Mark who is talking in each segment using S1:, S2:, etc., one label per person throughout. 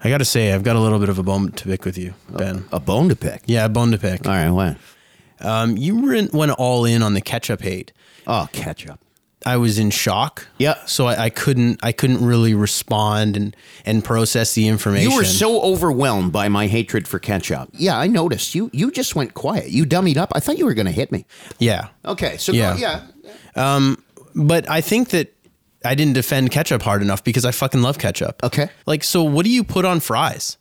S1: I got to say, I've got a little bit of a bone to pick with you,
S2: Oh.
S1: Ben.
S2: A bone to pick.
S1: Yeah, a bone to pick.
S2: All right, what?
S1: Um, you went went all in on the ketchup hate.
S2: Oh, ketchup.
S1: I was in shock.
S2: Yeah.
S1: So I, I couldn't I couldn't really respond and and process the information.
S2: You were so overwhelmed by my hatred for ketchup. Yeah, I noticed. You you just went quiet. You dummied up. I thought you were going to hit me.
S1: yeah.
S2: Okay, so
S1: Yeah.
S2: Go, yeah.
S1: But I think that I didn't defend ketchup hard enough because I fucking love ketchup.
S2: Okay.
S1: Like so, what do you put on fries?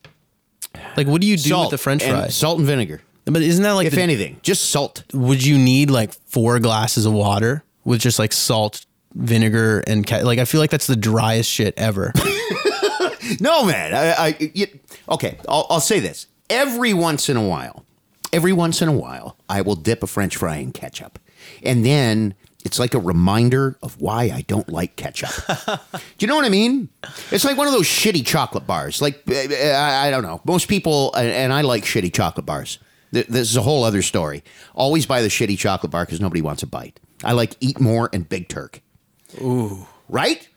S1: Like what do you do with the French
S2: and-
S1: fries?
S2: Salt and vinegar.
S1: but isn't that like
S2: If
S1: the-
S2: anything, just salt.
S1: would you need like four glasses of water with just like salt, vinegar, and ke- like I feel like that's the driest shit ever.
S2: No, man. I, I you- okay. I'll, I'll say this. Every once in a while, every once in a while, I will dip a French fry in ketchup, and then it's like a reminder of why I don't like ketchup. Do you know what I mean? It's like one of those shitty chocolate bars. Like uh, I, I don't know. Most people, and- and I like shitty chocolate bars. Th- This is a whole other story. Always buy the shitty chocolate bar because nobody wants a bite. I like Eat More and Big Turk. Ooh. Right?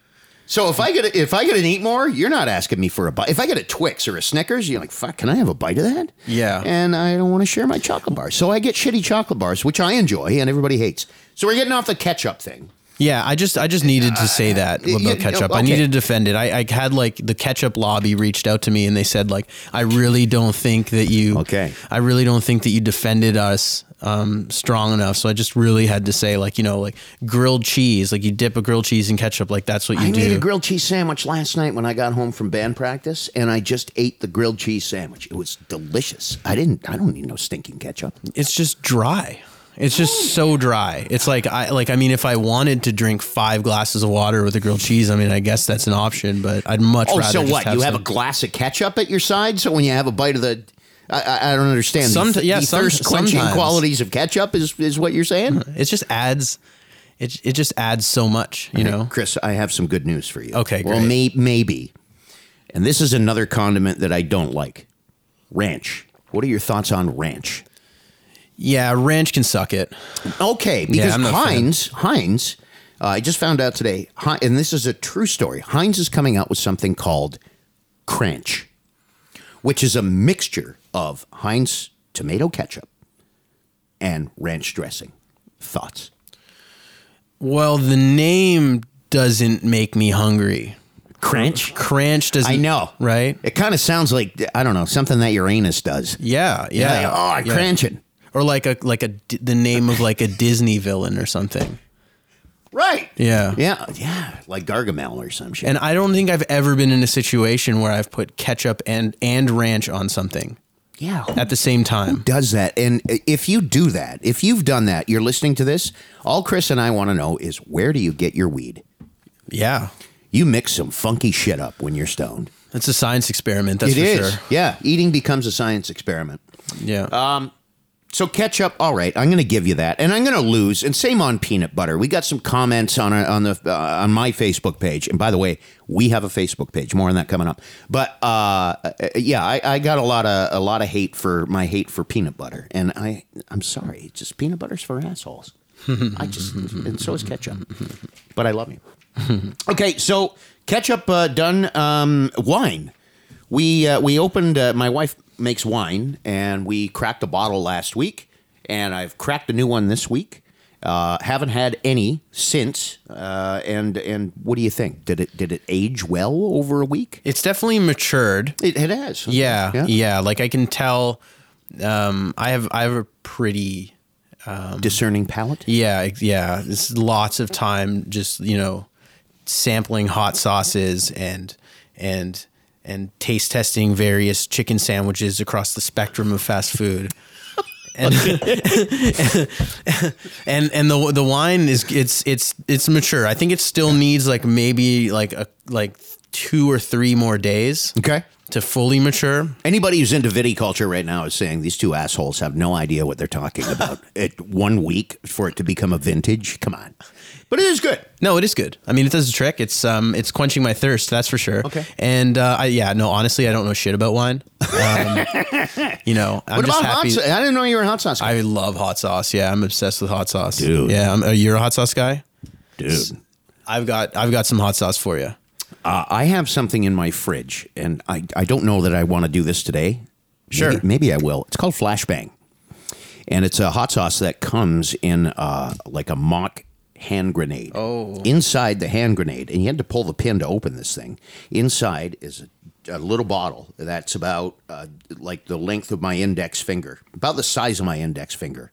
S2: So if I get a, if I get an eat more, you're not asking me for a bite. If I get a Twix or a Snickers, you're like, "Fuck, can I have a bite of that?"
S1: Yeah.
S2: And I don't want to share my chocolate bars, so I get shitty chocolate bars, which I enjoy and everybody hates. So we're getting off the ketchup thing.
S1: yeah, I just I just needed to say that
S2: you-
S1: about
S2: you-
S1: ketchup. I
S2: Uh, okay.
S1: needed to defend it. I, I had like the ketchup lobby reached out to me and they said like I really don't think that you
S2: Okay.
S1: I really don't think that you defended us um, strong enough. So I just really had to say like you know like grilled cheese like you dip a grilled cheese in ketchup like that's what you
S2: I
S1: do.
S2: made a grilled cheese sandwich last night when I got home from band practice, and I just ate the grilled cheese sandwich. It was delicious. I didn't. I don't need no stinking ketchup.
S1: it's just dry. It's just so dry. It's like I like I mean if I wanted to drink 5 glasses of water with a grilled cheese, I mean I guess that's an option, but I'd much
S2: Oh,
S1: rather
S2: so
S1: just
S2: what? you have
S1: some-
S2: a glass of ketchup at your side, so when you have a bite of the, I, I, I don't understand.
S1: Somet-
S2: the,
S1: yeah,
S2: the
S1: some-
S2: thirst quenching
S1: sometimes. Mm-hmm.
S2: qualities of ketchup is is what you're saying.
S1: it just adds it it just adds so much, you know.
S2: Chris, I have some good news for you.
S1: Okay,
S2: Well,
S1: great.
S2: may, maybe, and this is another condiment that I don't like, ranch. What are your thoughts on ranch?
S1: Yeah, ranch can suck it.
S2: Okay, because
S1: I'm not a fan.
S2: Heinz, Heinz, uh, I just found out today, Hi- and this is a true story. Heinz is coming out with something called Cranch, which is a mixture of Heinz tomato ketchup and ranch dressing. Thoughts?
S1: Well, the name doesn't make me hungry.
S2: Cranch.
S1: Cranch doesn't
S2: I know,
S1: right?
S2: It kind of sounds like I don't know something that your anus does.
S1: Yeah, yeah.
S2: Like, oh, I'm
S1: yeah.
S2: cranching.
S1: Or like a like a di- the name of like a Disney villain or something.
S2: Right.
S1: Yeah.
S2: Yeah. Yeah. Like Gargamel or some shit.
S1: And I don't think I've ever been in a situation where I've put ketchup and and ranch on something
S2: yeah.
S1: at the same time.
S2: does that. And if you do that, if you've done that, you're listening to this, all Chris and I want to know is where do you get your weed?
S1: Yeah.
S2: You mix some funky shit up when you're stoned.
S1: That's a science experiment, that's
S2: It
S1: for
S2: is,
S1: sure.
S2: Yeah. Eating becomes a science experiment.
S1: Yeah.
S2: So ketchup, all right, I'm going to give you that, and I'm going to lose. And same on peanut butter. We got some comments on our, on the uh, on my Facebook page, and by the way, we have a Facebook page. More on that coming up. But uh, uh, yeah, I, I got a lot of a lot of hate for my hate for peanut butter, and I I'm sorry, it's just peanut butter's for assholes. I just and so is ketchup, but I love you. Okay, so ketchup uh, done. Um, wine. We uh, we opened. Uh, my wife makes wine, and we cracked a bottle last week, and I've cracked a new one this week. Uh, haven't had any since. Uh, and and what do you think? Did it did it age well over a week?
S1: it's definitely matured.
S2: It, it has.
S1: Yeah, yeah. Like I can tell um I have I have a pretty
S2: Discerning palate.
S1: yeah, ex- yeah. It's lots of time just, you know, sampling hot sauces and and and taste testing various chicken sandwiches across the spectrum of fast food. And, and and the the wine is it's it's it's mature. I think it still needs like maybe like a like two or three more days
S2: Okay.
S1: to fully mature.
S2: Anybody who's into viticulture right now is saying these two assholes have no idea what they're talking about. At one week for it to become a vintage, come on. But it is good.
S1: No, it is good. I mean, it does the trick. It's um, it's quenching my thirst, that's for sure.
S2: Okay.
S1: And uh, I, yeah, no, honestly, I don't know shit about wine. Um, you know, I'm
S2: What
S1: just
S2: about hot
S1: happy.
S2: sauce? I didn't know you were a hot sauce. guy.
S1: I love hot sauce. Yeah, I'm obsessed with hot sauce.
S2: Dude.
S1: Yeah, I'm, uh, you're a hot sauce guy.
S2: Dude.
S1: I've got I've got some hot sauce for you.
S2: Uh, I have something in my fridge, and I, I don't know that I want to do this today.
S1: Sure.
S2: Maybe, maybe I will. It's called Flashbang. And it's a hot sauce that comes in uh, like a mock hand grenade. Oh. Inside the hand grenade, and you had to pull the pin to open this thing. Inside is a, a little bottle that's about uh, like the length of my index finger, about the size of my index finger.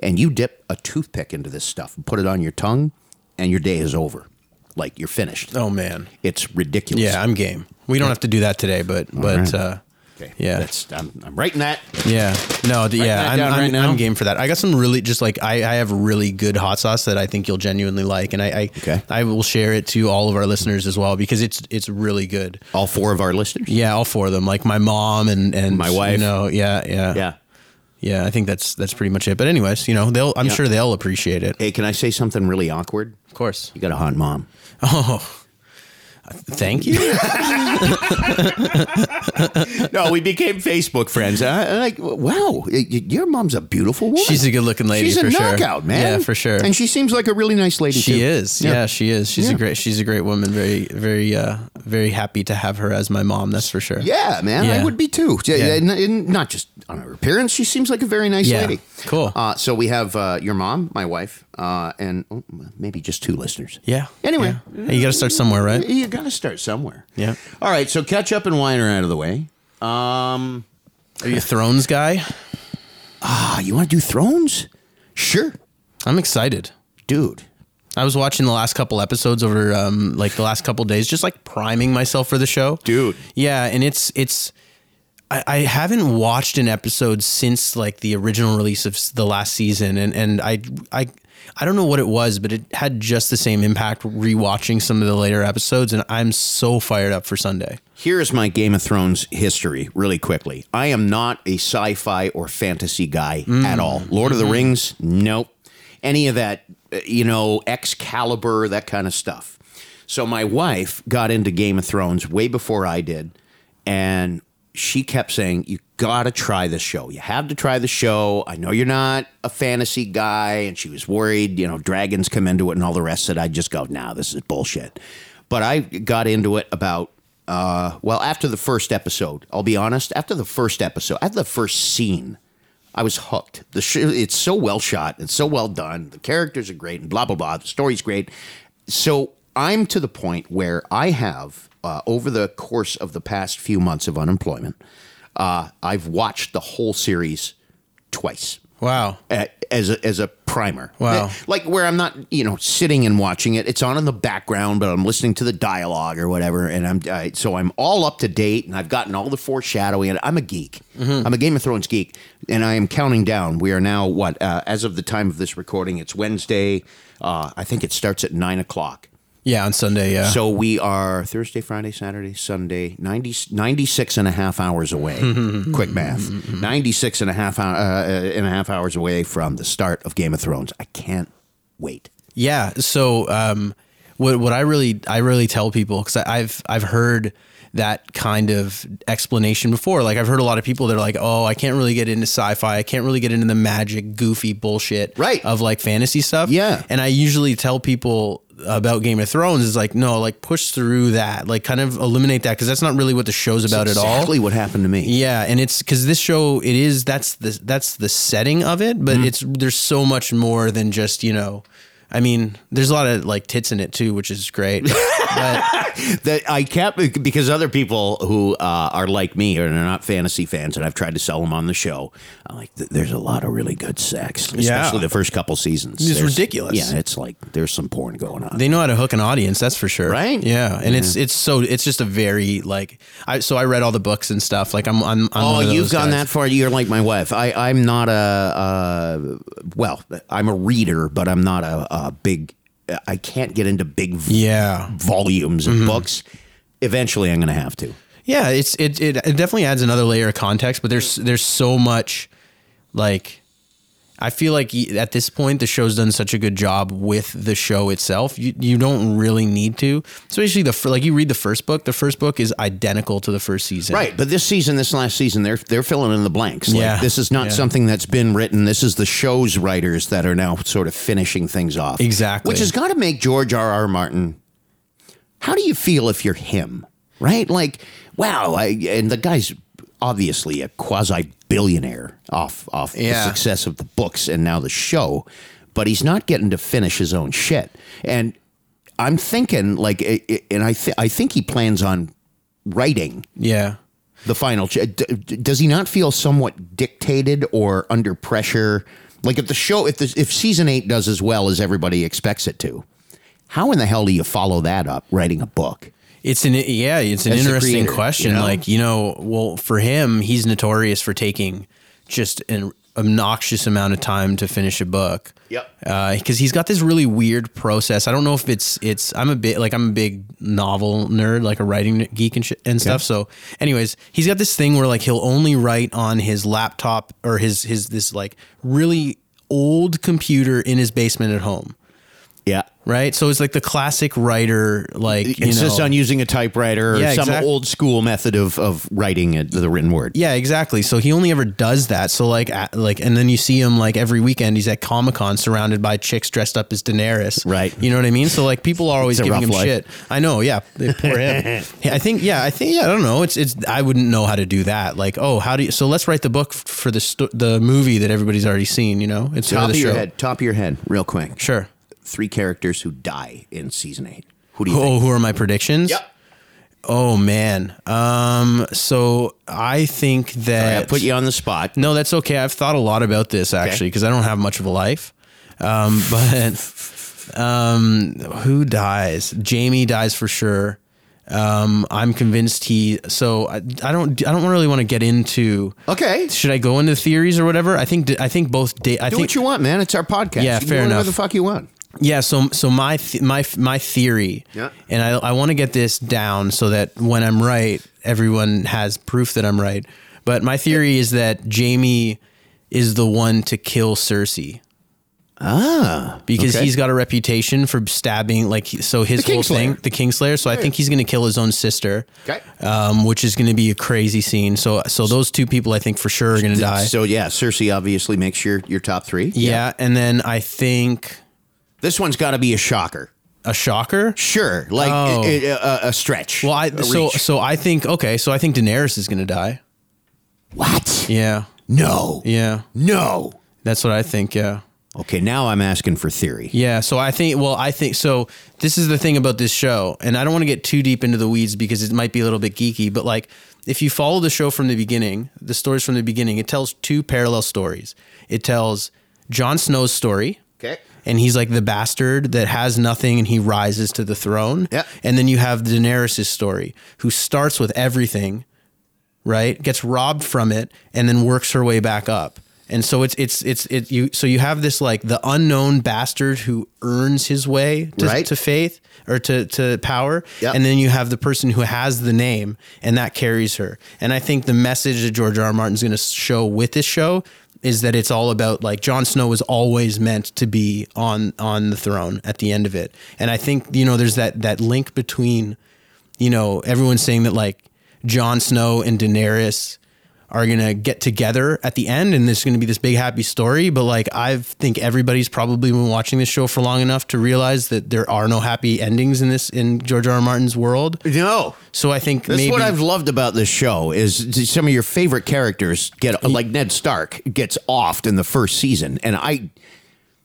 S2: And you dip a toothpick into this stuff, put it on your tongue, and your day is over. Like you're finished.
S1: Oh man.
S2: It's ridiculous.
S1: Yeah, I'm game. We don't have to do that today, but but
S2: right.
S1: uh,
S2: Okay.
S1: yeah.
S2: That's, I'm, I'm writing that.
S1: Yeah. No, d- yeah,
S2: that
S1: I'm,
S2: down
S1: I'm,
S2: right now.
S1: I'm game for that. I got some really just like I, I have really good hot sauce that I think you'll genuinely like, and I I,
S2: Okay.
S1: I will share it to all of our listeners as well because it's it's really good.
S2: All four of our listeners.
S1: Yeah, all four of them, like my mom and and
S2: My wife.
S1: You know, yeah, yeah, yeah. I think that's that's pretty much it. But anyways, you know, they'll I'm sure they'll appreciate it.
S2: Hey, can I say something really awkward?
S1: Of course.
S2: You got a hot mom.
S1: Oh, thank you.
S2: no, we became Facebook friends. And I, like, wow, y- y- your mom's a beautiful woman.
S1: She's a good-looking lady
S2: She's a
S1: for sure.
S2: knockout, man.
S1: Yeah, for sure.
S2: And she seems like a really nice lady.
S1: She
S2: too.
S1: is. Yeah. she is. She's
S2: Yeah.
S1: a great she's a great woman. Very very uh very happy to have her as my mom, that's for sure.
S2: Yeah, man, I
S1: Yeah.
S2: would be too. Yeah,
S1: Yeah.
S2: yeah, n- n- not just on her appearance. She seems like a very nice
S1: Yeah.
S2: lady.
S1: Cool.
S2: Uh, so we have uh, your mom, my wife, uh, and oh, maybe just two listeners.
S1: Yeah.
S2: Anyway.
S1: Yeah. Hey, you got to start somewhere, right?
S2: You got to start somewhere.
S1: Yeah.
S2: All right. So ketchup and wine are out of the way.
S1: Are you a Thrones guy?
S2: Ah, you want to do Thrones? Sure,
S1: I'm excited.
S2: dude.
S1: I was watching the last couple episodes over um like the last couple days just like priming myself for the show.
S2: Dude.
S1: Yeah, and it's it's I, I haven't watched an episode since like the original release of s- the last season and and I I I don't know what it was, but it had just the same impact rewatching some of the later episodes and I'm so fired up for Sunday.
S2: Here's my Game of Thrones history, really quickly. I am not a sci-fi or fantasy guy at all. Lord of the Rings, nope. Any of that, uh, you know, Excalibur, that kind of stuff. So my wife got into Game of Thrones way before I did, and she kept saying, "You got to try this show. You have to try the show. I know you're not a fantasy guy." And she was worried, you know, dragons come into it and all the rest. That I just go, "Nah, this is bullshit." But I got into it about uh, well, after the first episode, I'll be honest. After the first episode, after the first scene, I was hooked. The sh- it's so well shot, it's so well done. The characters are great, and blah blah blah. The story's great. So I'm to the point where I have, uh, over the course of the past few months of unemployment, uh, I've watched the whole series twice
S1: Wow.
S2: a- as a, as a primer.
S1: Wow.
S2: That- Like where I'm not, you know, sitting and watching it. It's on in the background, but I'm listening to the dialogue or whatever, and I'm I, so I'm all up to date, and I've gotten all the foreshadowing. And I'm a geek. I'm a Game of Thrones geek, and I am counting down. We are now what uh, as of the time of this recording, it's Wednesday. Uh, I think it starts at nine o'clock.
S1: Yeah, on Sunday, yeah.
S2: So we are Thursday, Friday, Saturday, Sunday, 90, 96 and a half hours away. Quick math. 96 and a half, hou- uh, uh, and a half hours away from the start of Game of Thrones. I can't wait.
S1: Yeah. So, um, what what I really I really tell people because I've I've heard that kind of explanation before. Like I've heard a lot of people that are like, "Oh, I can't really get into sci-fi. I can't really get into the magic, goofy bullshit
S2: Right.
S1: of like fantasy stuff."
S2: Yeah.
S1: And I usually tell people about Game of Thrones is like, no, like push through that, like kind of eliminate that because that's not really what the show's about at all.
S2: Exactly what happened to me.
S1: Yeah, and it's because this show it is that's the that's the setting of it,
S2: Mm.
S1: but it's there's so much more than just you know. I mean, there's a lot of like tits in it too, which is great. but
S2: that I kept because other people who uh, are like me or are not fantasy fans, and I've tried to sell them on the show. I'm like, "Th- there's a lot of really good sex, especially the first couple seasons.
S1: It's
S2: There's-
S1: ridiculous.
S2: Yeah, it's like there's some porn going on.
S1: they know how to hook an audience, that's for sure.
S2: Right?
S1: Yeah, and it's it's so it's just a very like I so I read all the books and stuff. Like I'm I'm, I'm
S2: Oh,
S1: one of
S2: you've
S1: those
S2: gone
S1: guys.
S2: that far. You're like my wife. I, I'm not a, uh, well, I'm a reader, but I'm not a, a big, I can't get into big v-
S1: Yeah,
S2: volumes
S1: Mm-hmm.
S2: of books. Eventually, I'm going to have to.
S1: Yeah, it's it, it it definitely adds another layer of context, but there's there's so much like I feel like y- at this point the show's done such a good job with the show itself. You you don't really need to. Especially the fir- like you read the first book, the first book is identical to the first season.
S2: Right. But this season, this last season, they're, they're filling in the blanks. Like,
S1: Yeah.
S2: This is not
S1: Yeah.
S2: something that's been written. This is the show's writers that are now sort of finishing things off.
S1: Exactly.
S2: Which has got to make George R. R. Martin how do you feel if you're him? Right? Like, wow, I, and the guy's obviously a quasi billionaire off off
S1: Yeah.
S2: the success of the books and now the show, but he's not getting to finish his own shit. And I'm thinking like i- i- and I th- I think he plans on writing
S1: Yeah.
S2: the final ch- d- d- does he not feel somewhat dictated or under pressure like if the show if the, if season 8 does as well as everybody expects it to how in the hell do you follow that up writing a book
S1: It's an yeah, it's an
S2: As the
S1: interesting
S2: creator,
S1: question.
S2: you know?
S1: Like you know, well, for him, he's notorious for taking just an obnoxious amount of time to finish a book.
S2: Yep.
S1: Because he's got this really weird process. I don't know if it's it's. I'm a bit like I'm a big novel nerd, like a writing geek and shit and stuff. So, anyways, he's got this thing where like he'll only write on his laptop or his his this like really old computer in his basement at home.
S2: yeah
S1: Right, so it's like the classic writer, like you
S2: insists
S1: know,
S2: on using a typewriter or
S1: Yeah,
S2: some
S1: exact-
S2: old school method of of writing it, the written word
S1: Yeah, exactly. So he only ever does that. So like, at, like, and then you see him like every weekend. He's at Comic Con, surrounded by chicks dressed up as Daenerys.
S2: Right.
S1: You know what I mean? So like, people are always
S2: It's a
S1: giving
S2: rough
S1: him
S2: life.
S1: shit. I know. Yeah, poor him. Yeah, I think. Yeah, I think. Yeah, I don't know. It's. It's. I wouldn't know how to do that. Like, oh, how do you? So let's write the book f- for the sto- the movie that everybody's already seen. You know, it's the
S2: top of your
S1: show.
S2: head top of your head real quick
S1: Sure.
S2: three characters who die in season 8 who do you think
S1: Oh, who are my predictions? Oh man. Um. So I think that
S2: I put you on the spot
S1: No, that's okay. I've thought a lot about this actually because I don't have much of a life. Um, but um, who dies? Jamie dies for sure. Um, I'm convinced he. So I, I don't. I don't really want to get into.
S2: okay
S1: Should I go into theories or whatever? I think. I think both. Da- I
S2: do
S1: think.
S2: what you want man it's our podcast
S1: Yeah,
S2: you can do
S1: fair
S2: whatever
S1: enough.
S2: the fuck you want
S1: Yeah, so so my th- my my theory,
S2: Yeah.
S1: and I I want to get this down so that when I'm right, everyone has proof that I'm right. But my theory is that Jamie is the one to kill Cersei. Ah, because
S2: okay.
S1: he's got a reputation for stabbing, like so his
S2: The
S1: whole thing,
S2: Kingslayer.
S1: the Kingslayer. So I think he's going to kill his own sister,
S2: Okay.
S1: um, which is going to be a crazy scene. So so those two people I think for sure are going to die.
S2: So yeah, Cersei obviously makes your your top three.
S1: yeah, and then I think
S2: this one's got to be a shocker.
S1: a shocker.
S2: Sure, like
S1: Oh.
S2: a, a, a stretch.
S1: Well, I,
S2: a
S1: so
S2: reach.
S1: so I think okay, so I think Daenerys is gonna die.
S2: what?
S1: Yeah,
S2: No,
S1: yeah,
S2: no.
S1: that's what I think. Yeah,
S2: Okay, now I'm asking for theory.
S1: yeah. So I think well, I think so. This is the thing about this show, and I don't want to get too deep into the weeds because it might be a little bit geeky. But like, if you follow the show from the beginning, the stories from the beginning, it tells two parallel stories. It tells Jon Snow's story.
S2: Okay.
S1: And he's like the bastard that has nothing and he rises to the throne.
S2: Yeah.
S1: And then you have Daenerys' story, who starts with everything right? Gets robbed from it and then works her way back up. And so it's it's it's it you so you have this like the unknown bastard who earns his way to,
S2: Right.
S1: to faith or to to power,
S2: Yep.
S1: and then you have the person who has the name and that carries her. And I think the message that George R. R. Martin's going to show with this show is that it's all about like Jon Snow was always meant to be on on the throne at the end of it. And I think you know there's that that link between you know, everyone's saying that like Jon Snow and Daenerys are gonna get together at the end and there's gonna be this big happy story. But like I think everybody's probably been watching this show for long enough to realize that there are no happy endings in this in George R. R. Martin's world.
S2: No,
S1: So I think
S2: that's
S1: maybe
S2: what I've loved about this show is some of your favorite characters get like Ned Stark gets offed in the first season, and I.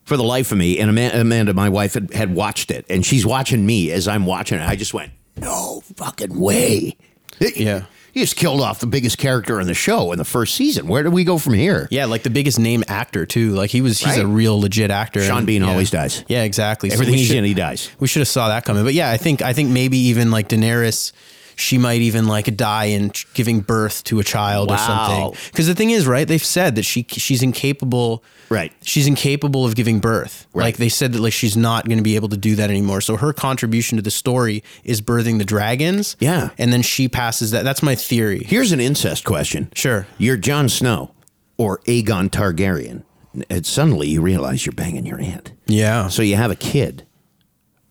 S2: For the life of me, and Ama- Amanda, my wife, had, had watched it, and she's watching me as I'm watching it. I just went, "No fucking way!"
S1: Yeah.
S2: He just killed off the biggest character on the show in the first season. Where do we go from here?
S1: yeah, like the biggest name actor too. Like he was, he's
S2: Right.
S1: a real legit actor.
S2: Sean
S1: And-
S2: Bean
S1: yeah.
S2: always dies.
S1: Yeah, exactly. So
S2: Everything
S1: we
S2: he's
S1: should-
S2: in, he dies.
S1: We should have saw that coming. But yeah, I think I think maybe even like Daenerys, she might even like die in ch- giving birth to a child or
S2: Wow.
S1: something. Because the thing is, right? They've said that she she's incapable.
S2: Right.
S1: She's incapable of giving birth.
S2: Right.
S1: Like they said that like she's not going to be able to do that anymore. So her contribution to the story is birthing the dragons.
S2: Yeah.
S1: And then she passes that. That's my theory.
S2: Here's an incest question.
S1: Sure.
S2: You're Jon Snow or Aegon Targaryen, and suddenly you realize you're banging your aunt.
S1: Yeah.
S2: So you have a kid.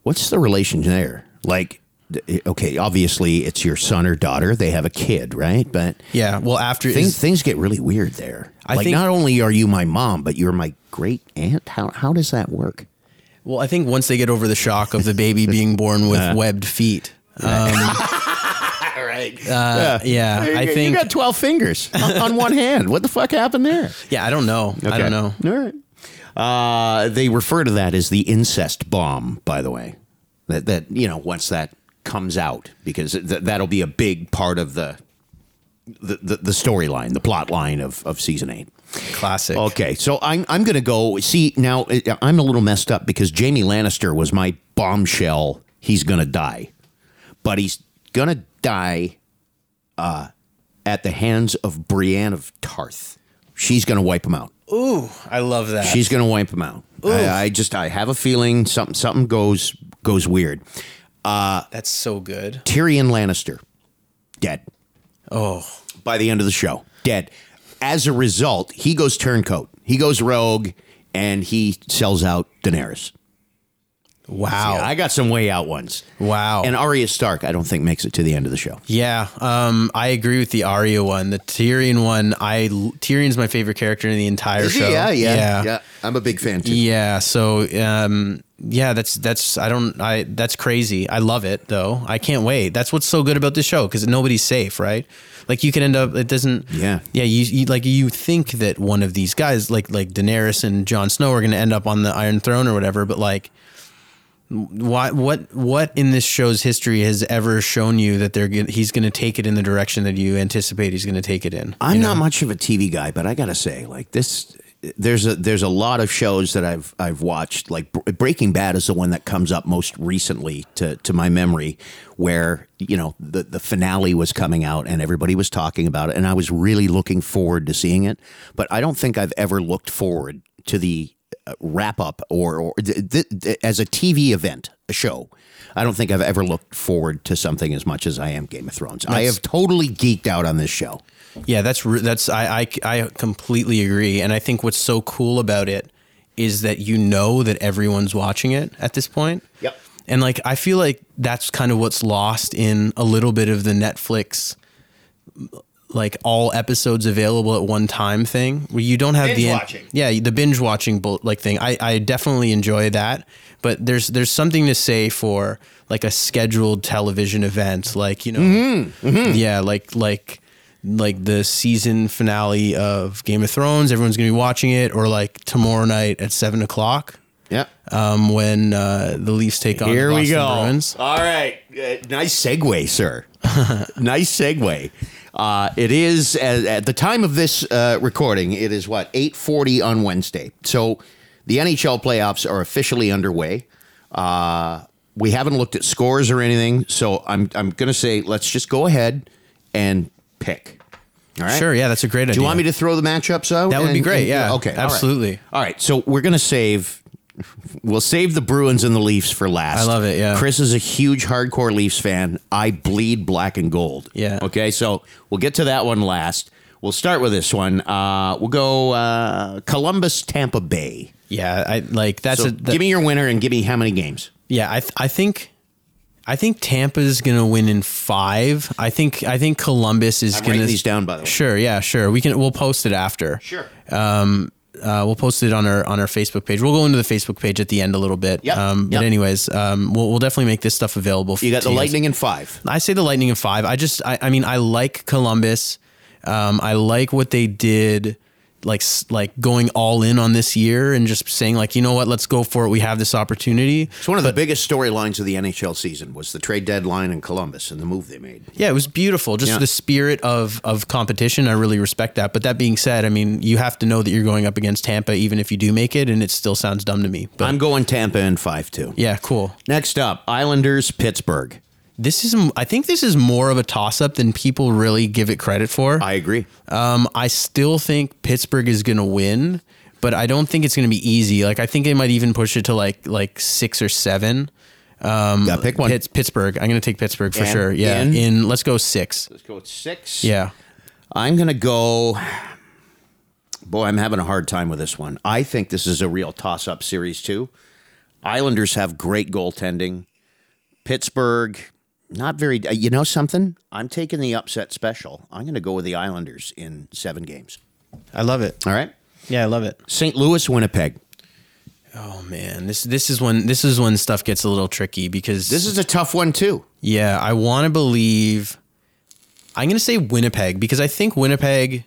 S2: What's the relation there? Like, th- okay, obviously it's your son or daughter. They have a kid, right? But
S1: Yeah. Well, after
S2: things
S1: is,
S2: things get really weird there.
S1: I
S2: like,
S1: think-
S2: not only are you my mom, but you're my great aunt. How how does that work?
S1: well, I think once they get over the shock of the baby being born with webbed feet. um,
S2: All right.
S1: Uh, yeah, I think.
S2: you got twelve fingers on, on one hand. What the fuck happened there?
S1: yeah, I don't know. I don't know.
S2: All right. Uh, they refer to that as the incest bomb, by the way. That that you know once that comes out because th- that'll be a big part of the the the, the storyline, the plot line of of season eight.
S1: Classic.
S2: Okay, so I'm I'm gonna go see now. uh, I'm a little messed up because Jamie Lannister was my bombshell. He's gonna die, but he's gonna die uh, at the hands of Brienne of Tarth. She's gonna wipe him out.
S1: Ooh, I love that.
S2: She's gonna wipe him out. I, I just I have a feeling something something goes goes weird.
S1: That's so good.
S2: Tyrion Lannister, dead
S1: Oh,
S2: by the end of the show. Dead. As a result, he goes turncoat. He goes rogue, and he sells out Daenerys.
S1: wow.
S2: I got some way out ones.
S1: wow.
S2: And Arya Stark, I don't think makes it to the end of the show.
S1: Yeah, um, I agree with the Arya one. The Tyrion one, I Tyrion's my favorite character in the entire show. yeah, yeah.
S2: I'm a big fan too.
S1: Yeah, So, um, yeah, that's that's I don't I that's crazy. I love it though. I can't wait. That's what's so good about this show because nobody's safe, right? Like you can end up it doesn't.
S2: Yeah.
S1: yeah. You, you like you think that one of these guys like like Daenerys and Jon Snow are going to end up on the Iron Throne or whatever, but like why what what in this show's history has ever shown you that they're gonna- he's going to take it in the direction that you anticipate he's going to take it in
S2: I'm not much of a TV guy, but I gotta say, like this, there's a there's a lot of shows that I've I've watched. Like Br- Breaking Bad is the one that comes up most recently to to my memory, where you know the the finale was coming out and everybody was talking about it, and I was really looking forward to seeing it. But I don't think I've ever looked forward to the uh, wrap up or, or th- th- th- as a TV event, a show. I don't think I've ever looked forward to something as much as I am Game of Thrones. I have totally geeked out on this show.
S1: yeah that's re- that's I, I i completely agree and i think what's so cool about it is that you know that everyone's watching it at this point
S2: Yep.
S1: and like i feel like that's kind of what's lost in a little bit of the netflix like all episodes available at one time thing where you don't have
S2: Binge
S1: the
S2: watching.
S1: yeah the binge watching bull- like thing I, I definitely enjoy that but there's there's something to say for like a scheduled television event like you know
S2: Mm-hmm.
S1: yeah like like like the season finale of game of thrones everyone's gonna be watching it or like tomorrow night at seven o'clock
S2: Yep.
S1: um, when uh, the Leafs take on the Boston Bruins.
S2: All right. Uh, nice segue, sir. nice segue. Uh, it is at, at the time of this uh, recording. It is what eight forty on Wednesday. So the NHL playoffs are officially underway. Uh, we haven't looked at scores or anything, so I'm I'm gonna say let's just go ahead and pick. All right.
S1: Sure, yeah, that's a great idea.
S2: Do you want me to throw the matchups out?
S1: That would be great, yeah.
S2: Okay. all right.
S1: Absolutely.
S2: All right. So we're gonna save. We'll save the Bruins and the Leafs for last.
S1: I love it, yeah.
S2: Chris is a huge hardcore Leafs fan. I bleed black and gold.
S1: Yeah.
S2: Okay. So we'll get to that one last. We'll start with this one. Uh, we'll go uh, Columbus, Tampa Bay.
S1: Yeah, I like that's
S2: So
S1: a that-
S2: give me your winner and give me how many games.
S1: yeah. I th- I think. I think Tampa's gonna win in five. I think I think Columbus is
S2: I'm
S1: gonna
S2: writing these down by the way.
S1: Sure, yeah, sure. We can we'll post it after. Uh, we'll post it on our on our Facebook page. We'll go into the Facebook page at the end a little bit.
S2: Yep,
S1: Um,
S2: yep.
S1: But anyways, um, we'll we'll definitely make this stuff available. For
S2: You got
S1: to
S2: the
S1: guys.
S2: Lightning in five.
S1: I say the Lightning in five. I just, I, I mean, I like Columbus. Um, I like what they did, like, s- like going all in on this year and just saying, like, you know what, let's go for it. We have this opportunity.
S2: It's one of the biggest storylines of the NHL season was the trade deadline in Columbus and the move they made.
S1: Yeah, it was beautiful. Just
S2: Yeah.
S1: the spirit of of competition. I really respect that. But that being said, I mean, you have to know that you're going up against Tampa, even if you do make it, and it still sounds dumb to me. But
S2: I'm going Tampa in five too.
S1: yeah, cool.
S2: Next up, Islanders, Pittsburgh.
S1: This is, I think, this is more of a toss up than people really give it credit for.
S2: I agree.
S1: Um, I still think Pittsburgh is going to win, but I don't think it's going to be easy. Like I think they might even push it to like like six or seven.
S2: Got pick one.
S1: Pitts, Pittsburgh. I'm going to take Pittsburgh for
S2: And
S1: sure. Yeah.
S2: in?
S1: In? let's go six.
S2: Let's go with six.
S1: Yeah.
S2: I'm gonna go. Boy, I'm having a hard time with this one. I think this is a real toss-up series too. Islanders have great goaltending. Pittsburgh, not very. uh, You know something? I'm taking the upset special. I'm gonna go with the Islanders in seven games.
S1: I love it.
S2: All right.
S1: Yeah, I love it.
S2: St. Louis, Winnipeg.
S1: Oh man, this this is when this is when stuff gets a little tricky because
S2: This is a tough one too.
S1: yeah, I want to believe. I'm gonna say Winnipeg because I think Winnipeg.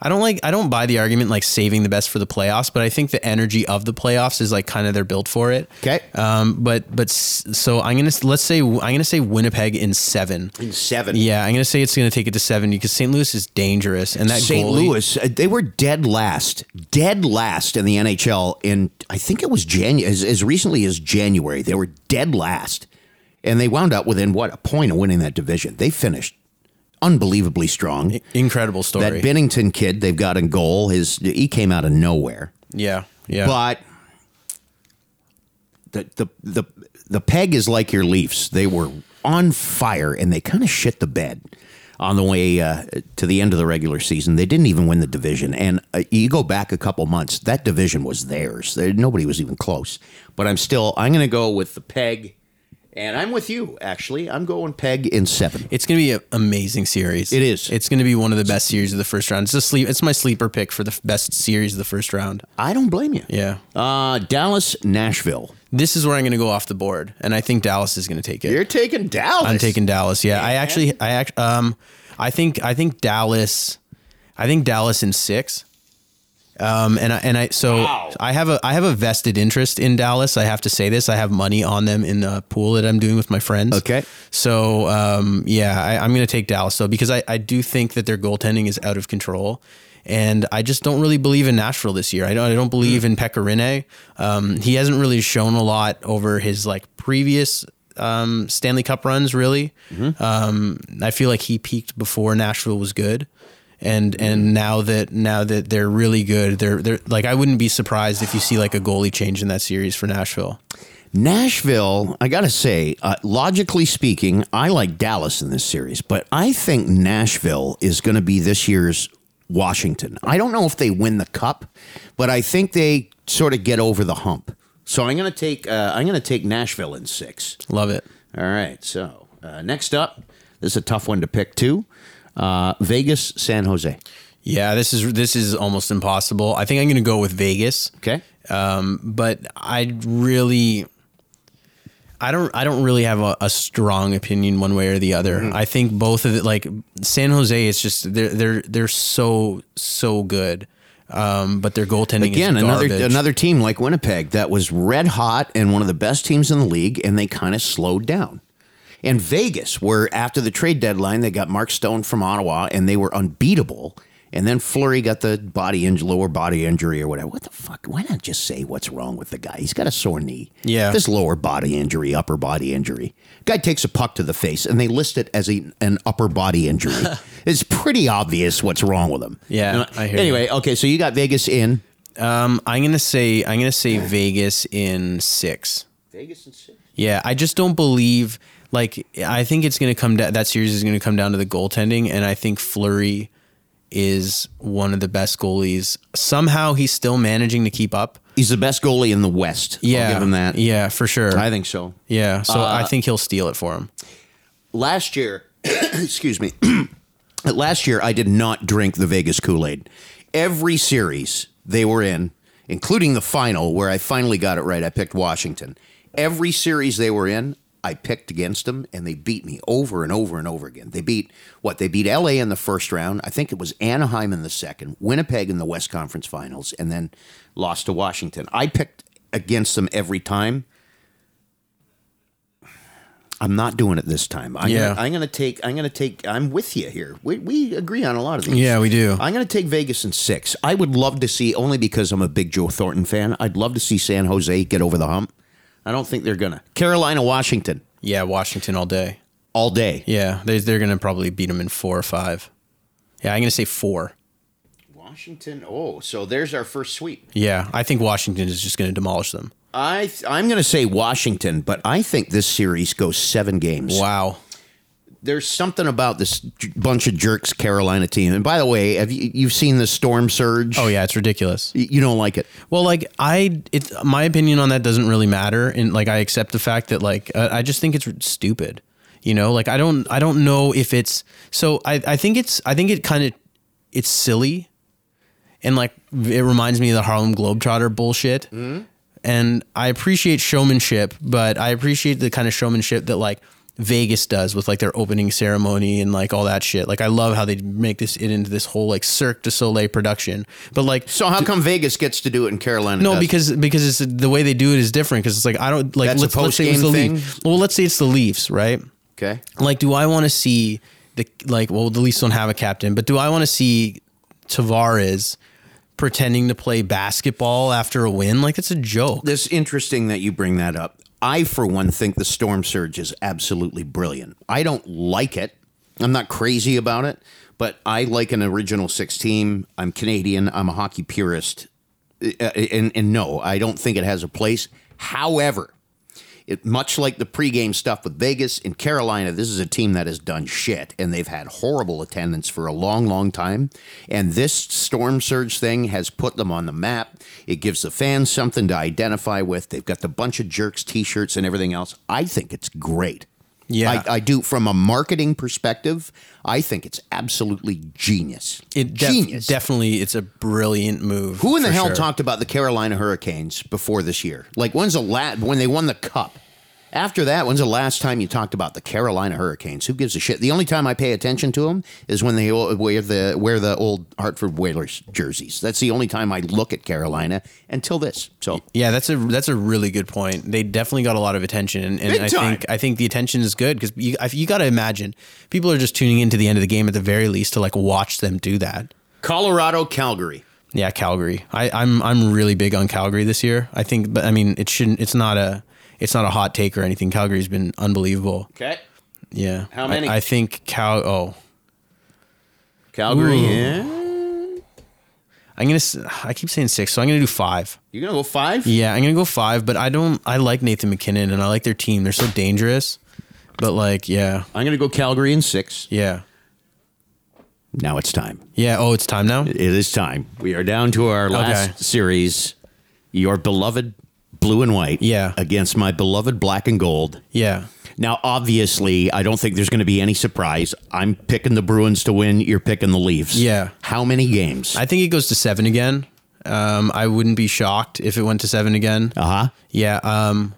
S1: I don't like. I don't buy the argument like saving the best for the playoffs, but I think the energy of the playoffs is like kind of they're built for it.
S2: Okay.
S1: Um. But but s- so I'm gonna s- let's say I'm gonna say Winnipeg in seven.
S2: Seven.
S1: Yeah, I'm gonna say it's gonna take it to seven because St. Louis is dangerous and that
S2: St.
S1: goalie-
S2: Louis, uh, they were dead last, dead last in the NHL in I think it was January, as, as recently as January. They were dead last, and they wound up within what a point of winning that division. They finished unbelievably strong.
S1: Incredible
S2: That
S1: story.
S2: Bennington kid they've got in goal, his he came out of nowhere,
S1: yeah. Yeah.
S2: but the the the the peg is like your Leafs. They were on fire, and they kind of shit the bed on the way uh, to the end of the regular season. They didn't even win the division, and uh, you go back a couple months, that division was theirs. There, nobody was even close. But I'm still, I'm going to go with the peg, and I'm with you. Actually, I'm going peg in seven.
S1: It's going to be an amazing series.
S2: It is.
S1: It's going to be one of the best series of the first round. It's a sleep. It's my sleeper pick for the f- best series of the first round.
S2: I don't blame you.
S1: Yeah.
S2: Uh, Dallas, Nashville.
S1: This is where I'm going to go off the board, and I think Dallas is going to take it.
S2: You're taking Dallas.
S1: I'm taking Dallas. Yeah, I actually, I act, um, I think, I think Dallas, I think Dallas in six. Um, and I, and I, so
S2: Wow.
S1: I have a, I have a vested interest in Dallas. I have to say this. I have money on them in the pool that I'm doing with my friends.
S2: Okay.
S1: So, um, yeah, I, I'm going to take Dallas though, because I, I do think that their goaltending is out of control. And I just don't really believe in Nashville this year. I don't. I don't believe in Pecorine. Um, he hasn't really shown a lot over his like previous um, Stanley Cup runs. Really, Um, I feel like he peaked before Nashville was good. And and now that now that they're really good, they're they're like I wouldn't be surprised if you see like a goalie change in that series for Nashville.
S2: Nashville, I got to say, uh, logically speaking, I like Dallas in this series, but I think Nashville is going to be this year's Washington. I don't know if they win the cup, but I think they sort of get over the hump. So I'm going to take uh, I'm going to take Nashville in 6.
S1: Love it.
S2: All right. So, uh, next up, this is a tough one to pick too. Uh, Vegas, San Jose.
S1: Yeah, this is this is almost impossible. I think I'm going to go with Vegas.
S2: Okay?
S1: but I really, I don't, I don't really have a, a strong opinion one way or the other.
S2: Mm-hmm.
S1: I think both of it, like San Jose, is just they're they're they're so so good, um, but their goaltending
S2: Again,
S1: is
S2: another
S1: garbage.
S2: another team like Winnipeg that was red hot and one of the best teams in the league, and they kind of slowed down. And Vegas, where after the trade deadline, they got Mark Stone from Ottawa, and they were unbeatable. And then Flurry got the body inj- lower body injury or whatever. What the fuck? Why not just say what's wrong with the guy? He's got a sore knee.
S1: Yeah.
S2: this lower body injury, upper body injury. Guy takes a puck to the face, and they list it as a, an upper body injury. it's pretty obvious what's wrong with him.
S1: Yeah, I hear you.
S2: anyway, okay, so you got Vegas in.
S1: Um, I'm gonna say I'm gonna say Vegas in six.
S2: Vegas and six.
S1: Yeah, I just don't believe. Like, I think it's going to come down. That series is going to come down to the goaltending, and I think Flurry is one of the best goalies. Somehow, he's still managing to keep up.
S2: He's the best goalie in the West.
S1: Yeah,
S2: I'll give him that.
S1: Yeah, for sure.
S2: I Uh, think so.
S1: yeah, so I think he'll steal it for him.
S2: Last year, excuse me. last year, I did not drink the Vegas Kool Aid. Every series they were in, including the final where I finally got it right, I picked Washington. Every series they were in, I picked against them, and they beat me over and over and over again. They beat what? They beat LA in the first round. I think it was Anaheim in the second, Winnipeg in the West Conference Finals, and then lost to Washington. I picked against them every time. I'm not doing it this time. I'm
S1: Yeah.
S2: gonna, I'm gonna take. I'm gonna take. I'm with you here. We, we agree on a lot of these.
S1: Yeah, we do.
S2: I'm gonna take Vegas in six. I would love to see only because I'm a big Joe Thornton fan. I'd love to see San Jose get over the hump. I don't think they're gonna. Carolina, Washington,
S1: Yeah, Washington all day.
S2: all day.
S1: Yeah, they, they're going to probably beat him in four or five. Yeah, I'm going to say four.
S2: Washington. Oh, so there's our first sweep.
S1: Yeah, I think Washington is just going to demolish them.
S2: I th- I'm gonna say Washington, but I think this series goes seven games.
S1: Wow.
S2: there's something about this j- bunch of jerks Carolina team. And by the way, have you you've seen the storm surge?
S1: Oh yeah, it's ridiculous.
S2: Y- You don't like it.
S1: Well, like I, it, my opinion on that doesn't really matter, and like I accept the fact that like uh, I just think it's stupid. You know, like I don't, I don't know if it's so. I, I think it's, I think it kind of, it's silly, and like it reminds me of the Harlem Globetrotter bullshit. And I appreciate showmanship, but I appreciate the kind of showmanship that like Vegas does with like their opening ceremony and like all that shit. Like I love how they make this it into this whole like Cirque du Soleil production. But like
S2: So how come Vegas gets to do it in Carolina?
S1: no,
S2: doesn't?
S1: because because it's the way they do it is different. Because it's like I don't like
S2: That's a
S1: let's, let's say it's the
S2: post-game
S1: Leafs. Well, let's say it's the Leafs, right?
S2: okay,
S1: Like, do I want to see the like? Well, the Leafs don't have a captain, but do I want to see Tavares pretending to play basketball after a win? Like, it's a joke.
S2: this interesting that you bring that up. I for one think the storm surge is absolutely brilliant. I don't like it. I'm not crazy about it, but I like an original six team. I'm Canadian. I'm a hockey purist, Uh, and and no, I don't think it has a place. However, it much like the pregame stuff with Vegas in Carolina, this is a team that has done shit and they've had horrible attendance for a long, long time. And this storm surge thing has put them on the map. It gives the fans something to identify with. They've got the bunch of jerks t-shirts and everything else. I think it's great.
S1: Yeah.
S2: I, I do from a marketing perspective, I think it's absolutely genius.
S1: It def-
S2: genius.
S1: definitely, it's a brilliant move.
S2: Who in the
S1: for
S2: hell
S1: sure.
S2: talked about the Carolina Hurricanes before this year? Like, when's the last when they won the cup? After that, when's the last time you talked about the Carolina Hurricanes? Who gives a shit? The only time I pay attention to them is when they o- wear the wear the old Hartford Whalers jerseys. That's the only time I look at Carolina until this. So
S1: Yeah, that's a that's a really good point. They definitely got a lot of attention, and, and
S2: Big
S1: I
S2: time.
S1: think I think the attention is good because you I- you got to imagine people are just tuning into the end of the game at the very least to like watch them do that.
S2: Colorado, Calgary.
S1: Yeah, Calgary. I, I'm I'm really big on Calgary this year. I think, but I mean, it shouldn't. It's not a it's not a hot take or anything. Calgary's been unbelievable.
S2: Okay,
S1: Yeah.
S2: How
S1: I-
S2: many?
S1: I, think Cal. Oh,
S2: Calgary.
S1: Ooh.
S2: Yeah,
S1: I'm gonna. s- I keep saying six, so I'm gonna do five.
S2: you gonna go five?
S1: Yeah, I'm gonna go five. But I don't. I like Nathan McKinnon and I like their team. They're so dangerous. But like, yeah,
S2: I'm gonna go Calgary in six.
S1: yeah,
S2: Now it's time.
S1: yeah. Oh, it's time now.
S2: It is time. We are down to our last series. Your beloved blue and white
S1: Yeah.
S2: against my beloved black and gold.
S1: Yeah.
S2: Now, obviously, I don't think there's going to be any surprise. I'm picking the Bruins to win. You're picking the Leafs.
S1: Yeah.
S2: How many games?
S1: I think it goes to seven again. Um, I wouldn't be shocked if it went to seven again.
S2: uh huh.
S1: Yeah. Um,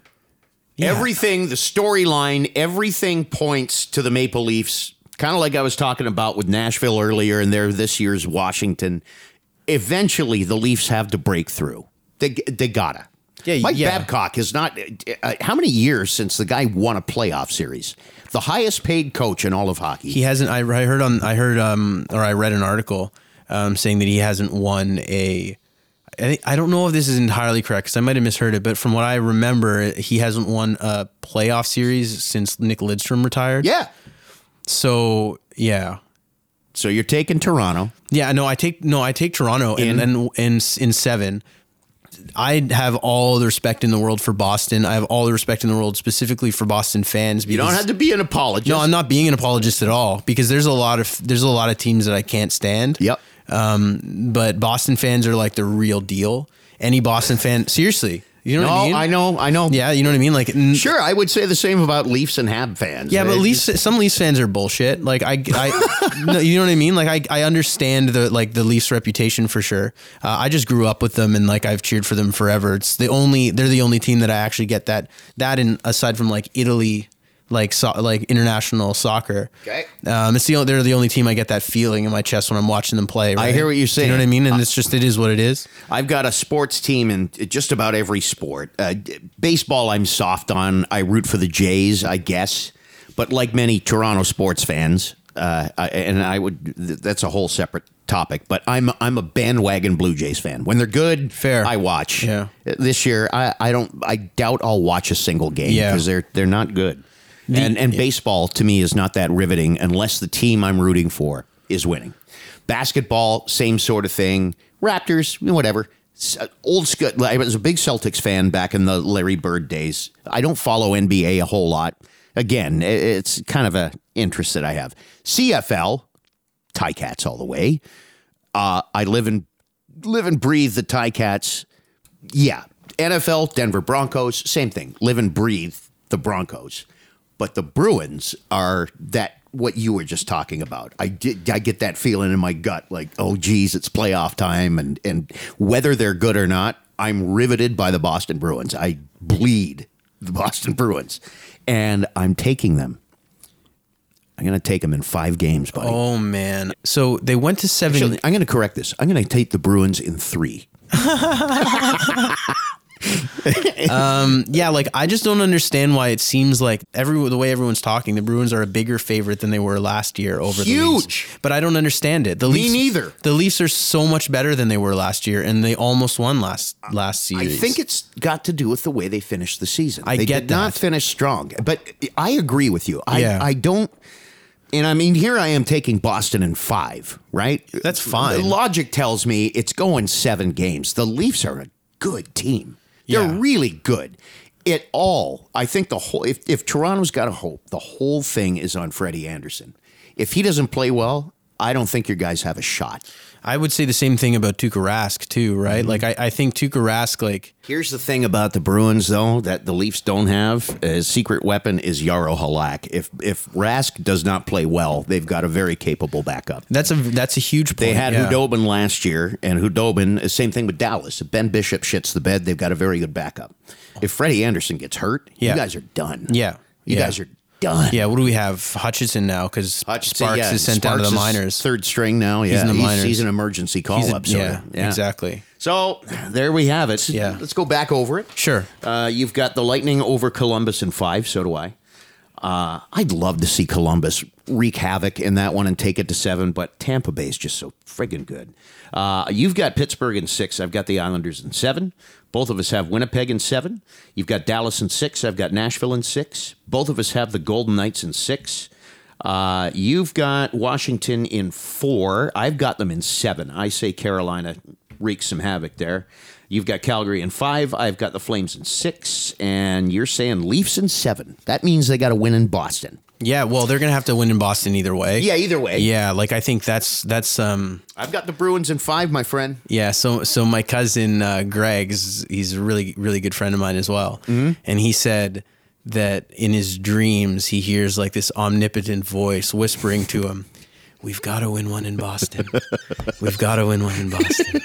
S1: yeah.
S2: Everything, the storyline, everything points to the Maple Leafs, kind of like I was talking about with Nashville earlier and they're this year's Washington. Eventually, the Leafs have to break through. They, they gotta.
S1: Yeah,
S2: Mike
S1: yeah.
S2: Babcock is not. Uh, how many years since the guy won a playoff series? The highest paid coach in all of hockey.
S1: he hasn't. I, I heard on. I heard um or I read an article um saying that he hasn't won a. I think- I don't know if this is entirely correct because I might have misheard it, but from what I remember, he hasn't won a playoff series since Nick Lidstrom retired.
S2: yeah.
S1: So yeah,
S2: So you're taking Toronto.
S1: yeah. No, I take no, I take Toronto and and in, in seven. I have all the respect in the world for Boston. I have all the respect in the world specifically for Boston fans.
S2: You don't have to be an apologist.
S1: No, I'm not being an apologist at all because there's a lot of there's a lot of teams that I can't stand.
S2: Yep.
S1: But Boston fans are like the real deal. Any Boston fan, seriously, you know
S2: No,
S1: what I mean?
S2: I know. I know.
S1: Yeah, you know what I mean. Like, n-
S2: Sure, I would say the same about Leafs and Hab fans.
S1: yeah, but
S2: They-
S1: Leafs, some Leafs fans are bullshit. Like, I, I, no, you know what I mean. Like, I, I understand the like the Leafs reputation for sure. Uh, I just grew up with them and like I've cheered for them forever. It's the only they're the only team that I actually get that that and aside from like Italy, like so, like international soccer.
S2: Okay.
S1: Um, it's the only, they're the only team I get that feeling in my chest when I'm watching them play. Right?
S2: hear what you're
S1: You know what I
S2: saying.
S1: mean? And it's just it is what it is.
S2: I've got a sports team in just about every sport. Uh, d- baseball, I'm soft on. I root for the Jays, I guess. But like many Toronto sports fans, uh, I, and I would, th- that's a whole separate topic. But I'm I'm a bandwagon Blue Jays fan. When they're good,
S1: Fair.
S2: I watch.
S1: Yeah.
S2: Uh, This year, I, I don't. I doubt I'll watch a single game
S1: Yeah.
S2: because they're they're not good. and and baseball to me is not that riveting unless the team I'm rooting for is winning. Basketball, same sort of thing. Raptors, whatever. S- uh, Old school. I was a big Celtics fan back in the Larry Bird days. I don't follow NBA a whole lot. Again, i- it's kind of a interest that I have. CFL, Tie Cats all the way. Uh, I live and live and breathe the Tie Cats. Yeah, NFL, Denver Broncos, same thing. Live and breathe the Broncos, but the Bruins are that what you were just talking about. I did. I get that feeling in my gut, like, oh, geez, it's playoff time, and and whether they're good or not, I'm riveted by the Boston Bruins. I bleed the Boston Bruins, and I'm taking them. I'm going to take them in five games, buddy.
S1: Oh man! So they went to seven.
S2: Actually, I'm going to correct this. I'm going to take the Bruins in three.
S1: yeah, like I just don't understand why it seems like every the way everyone's talking, the Bruins are a bigger favorite than they were last year over the
S2: Huge.
S1: Leafs. But I don't understand it. The Me Leafs,
S2: neither.
S1: The Leafs are so much better than they were last year, and they almost won last last
S2: I
S1: series.
S2: think it's got to do with the way they finished the season.
S1: I
S2: they
S1: get
S2: did not
S1: that.
S2: finish strong, but I agree with you. I,
S1: Yeah.
S2: I don't. And I mean, here I am taking Boston in five, right?
S1: That's fine.
S2: The logic tells me it's going seven games. The Leafs are a good team. They're
S1: Yeah.
S2: really good. It all, I think the whole, if, if Toronto's got a hope, the whole thing is on Freddie Anderson. If he doesn't play well, I don't think your guys have a shot.
S1: I would say the same thing about Tuukka Rask too,
S2: Mm-hmm.
S1: right? Like I, I think Tuukka Rask, like
S2: Here's the thing about the Bruins, though, that the Leafs don't have. His secret weapon is Yarrow Halak. If if Rask does not play well, they've got a very capable backup.
S1: that's a that's a huge. Point.
S2: They had
S1: yeah.
S2: Hudobin last year, and Hudobin, uh, same thing with Dallas. If Ben Bishop shits the bed, they've got a very good backup. If Freddie Anderson gets hurt,
S1: Yeah.
S2: you guys are done.
S1: Yeah.
S2: You
S1: Yeah.
S2: guys are done.
S1: Yeah, what do we have? Hutchinson now because Sparks
S2: Hutchinson, yeah,
S1: is sent down to
S2: Sparks
S1: the
S2: is
S1: minors.
S2: Third string now. Yeah.
S1: in the minors.
S2: he's an emergency call
S1: He's a-
S2: up.
S1: yeah, exactly.
S2: So there we have it.
S1: Yeah.
S2: Let's go back over it.
S1: Sure.
S2: Uh, you've got the Lightning over Columbus in five. So do I. Uh, I'd love to see Columbus wreak havoc in that one and take it to seven, but Tampa Bay is just so friggin' good. Uh, you've got Pittsburgh in six. I've got the Islanders in seven. Both of us have Winnipeg in seven. You've got Dallas in six. I've got Nashville in six. Both of us have the Golden Knights in six. Uh, you've got Washington in four. I've got them in seven. I say Carolina wreaks some havoc there. You've got Calgary in five. I've got the Flames in six. And you're saying Leafs in seven. That means they got to win in Boston.
S1: Yeah, well, they're gonna have to win in Boston either way.
S2: Yeah, either way.
S1: yeah. Like I think that's that's um
S2: I've got the Bruins in five, my friend.
S1: Yeah, so so my cousin uh, Greg's he's a really really good friend of mine as well,
S2: Mm-hmm.
S1: and he said that in his dreams he hears like this omnipotent voice whispering to him, "We've got to win one in Boston. We've got to win one in Boston."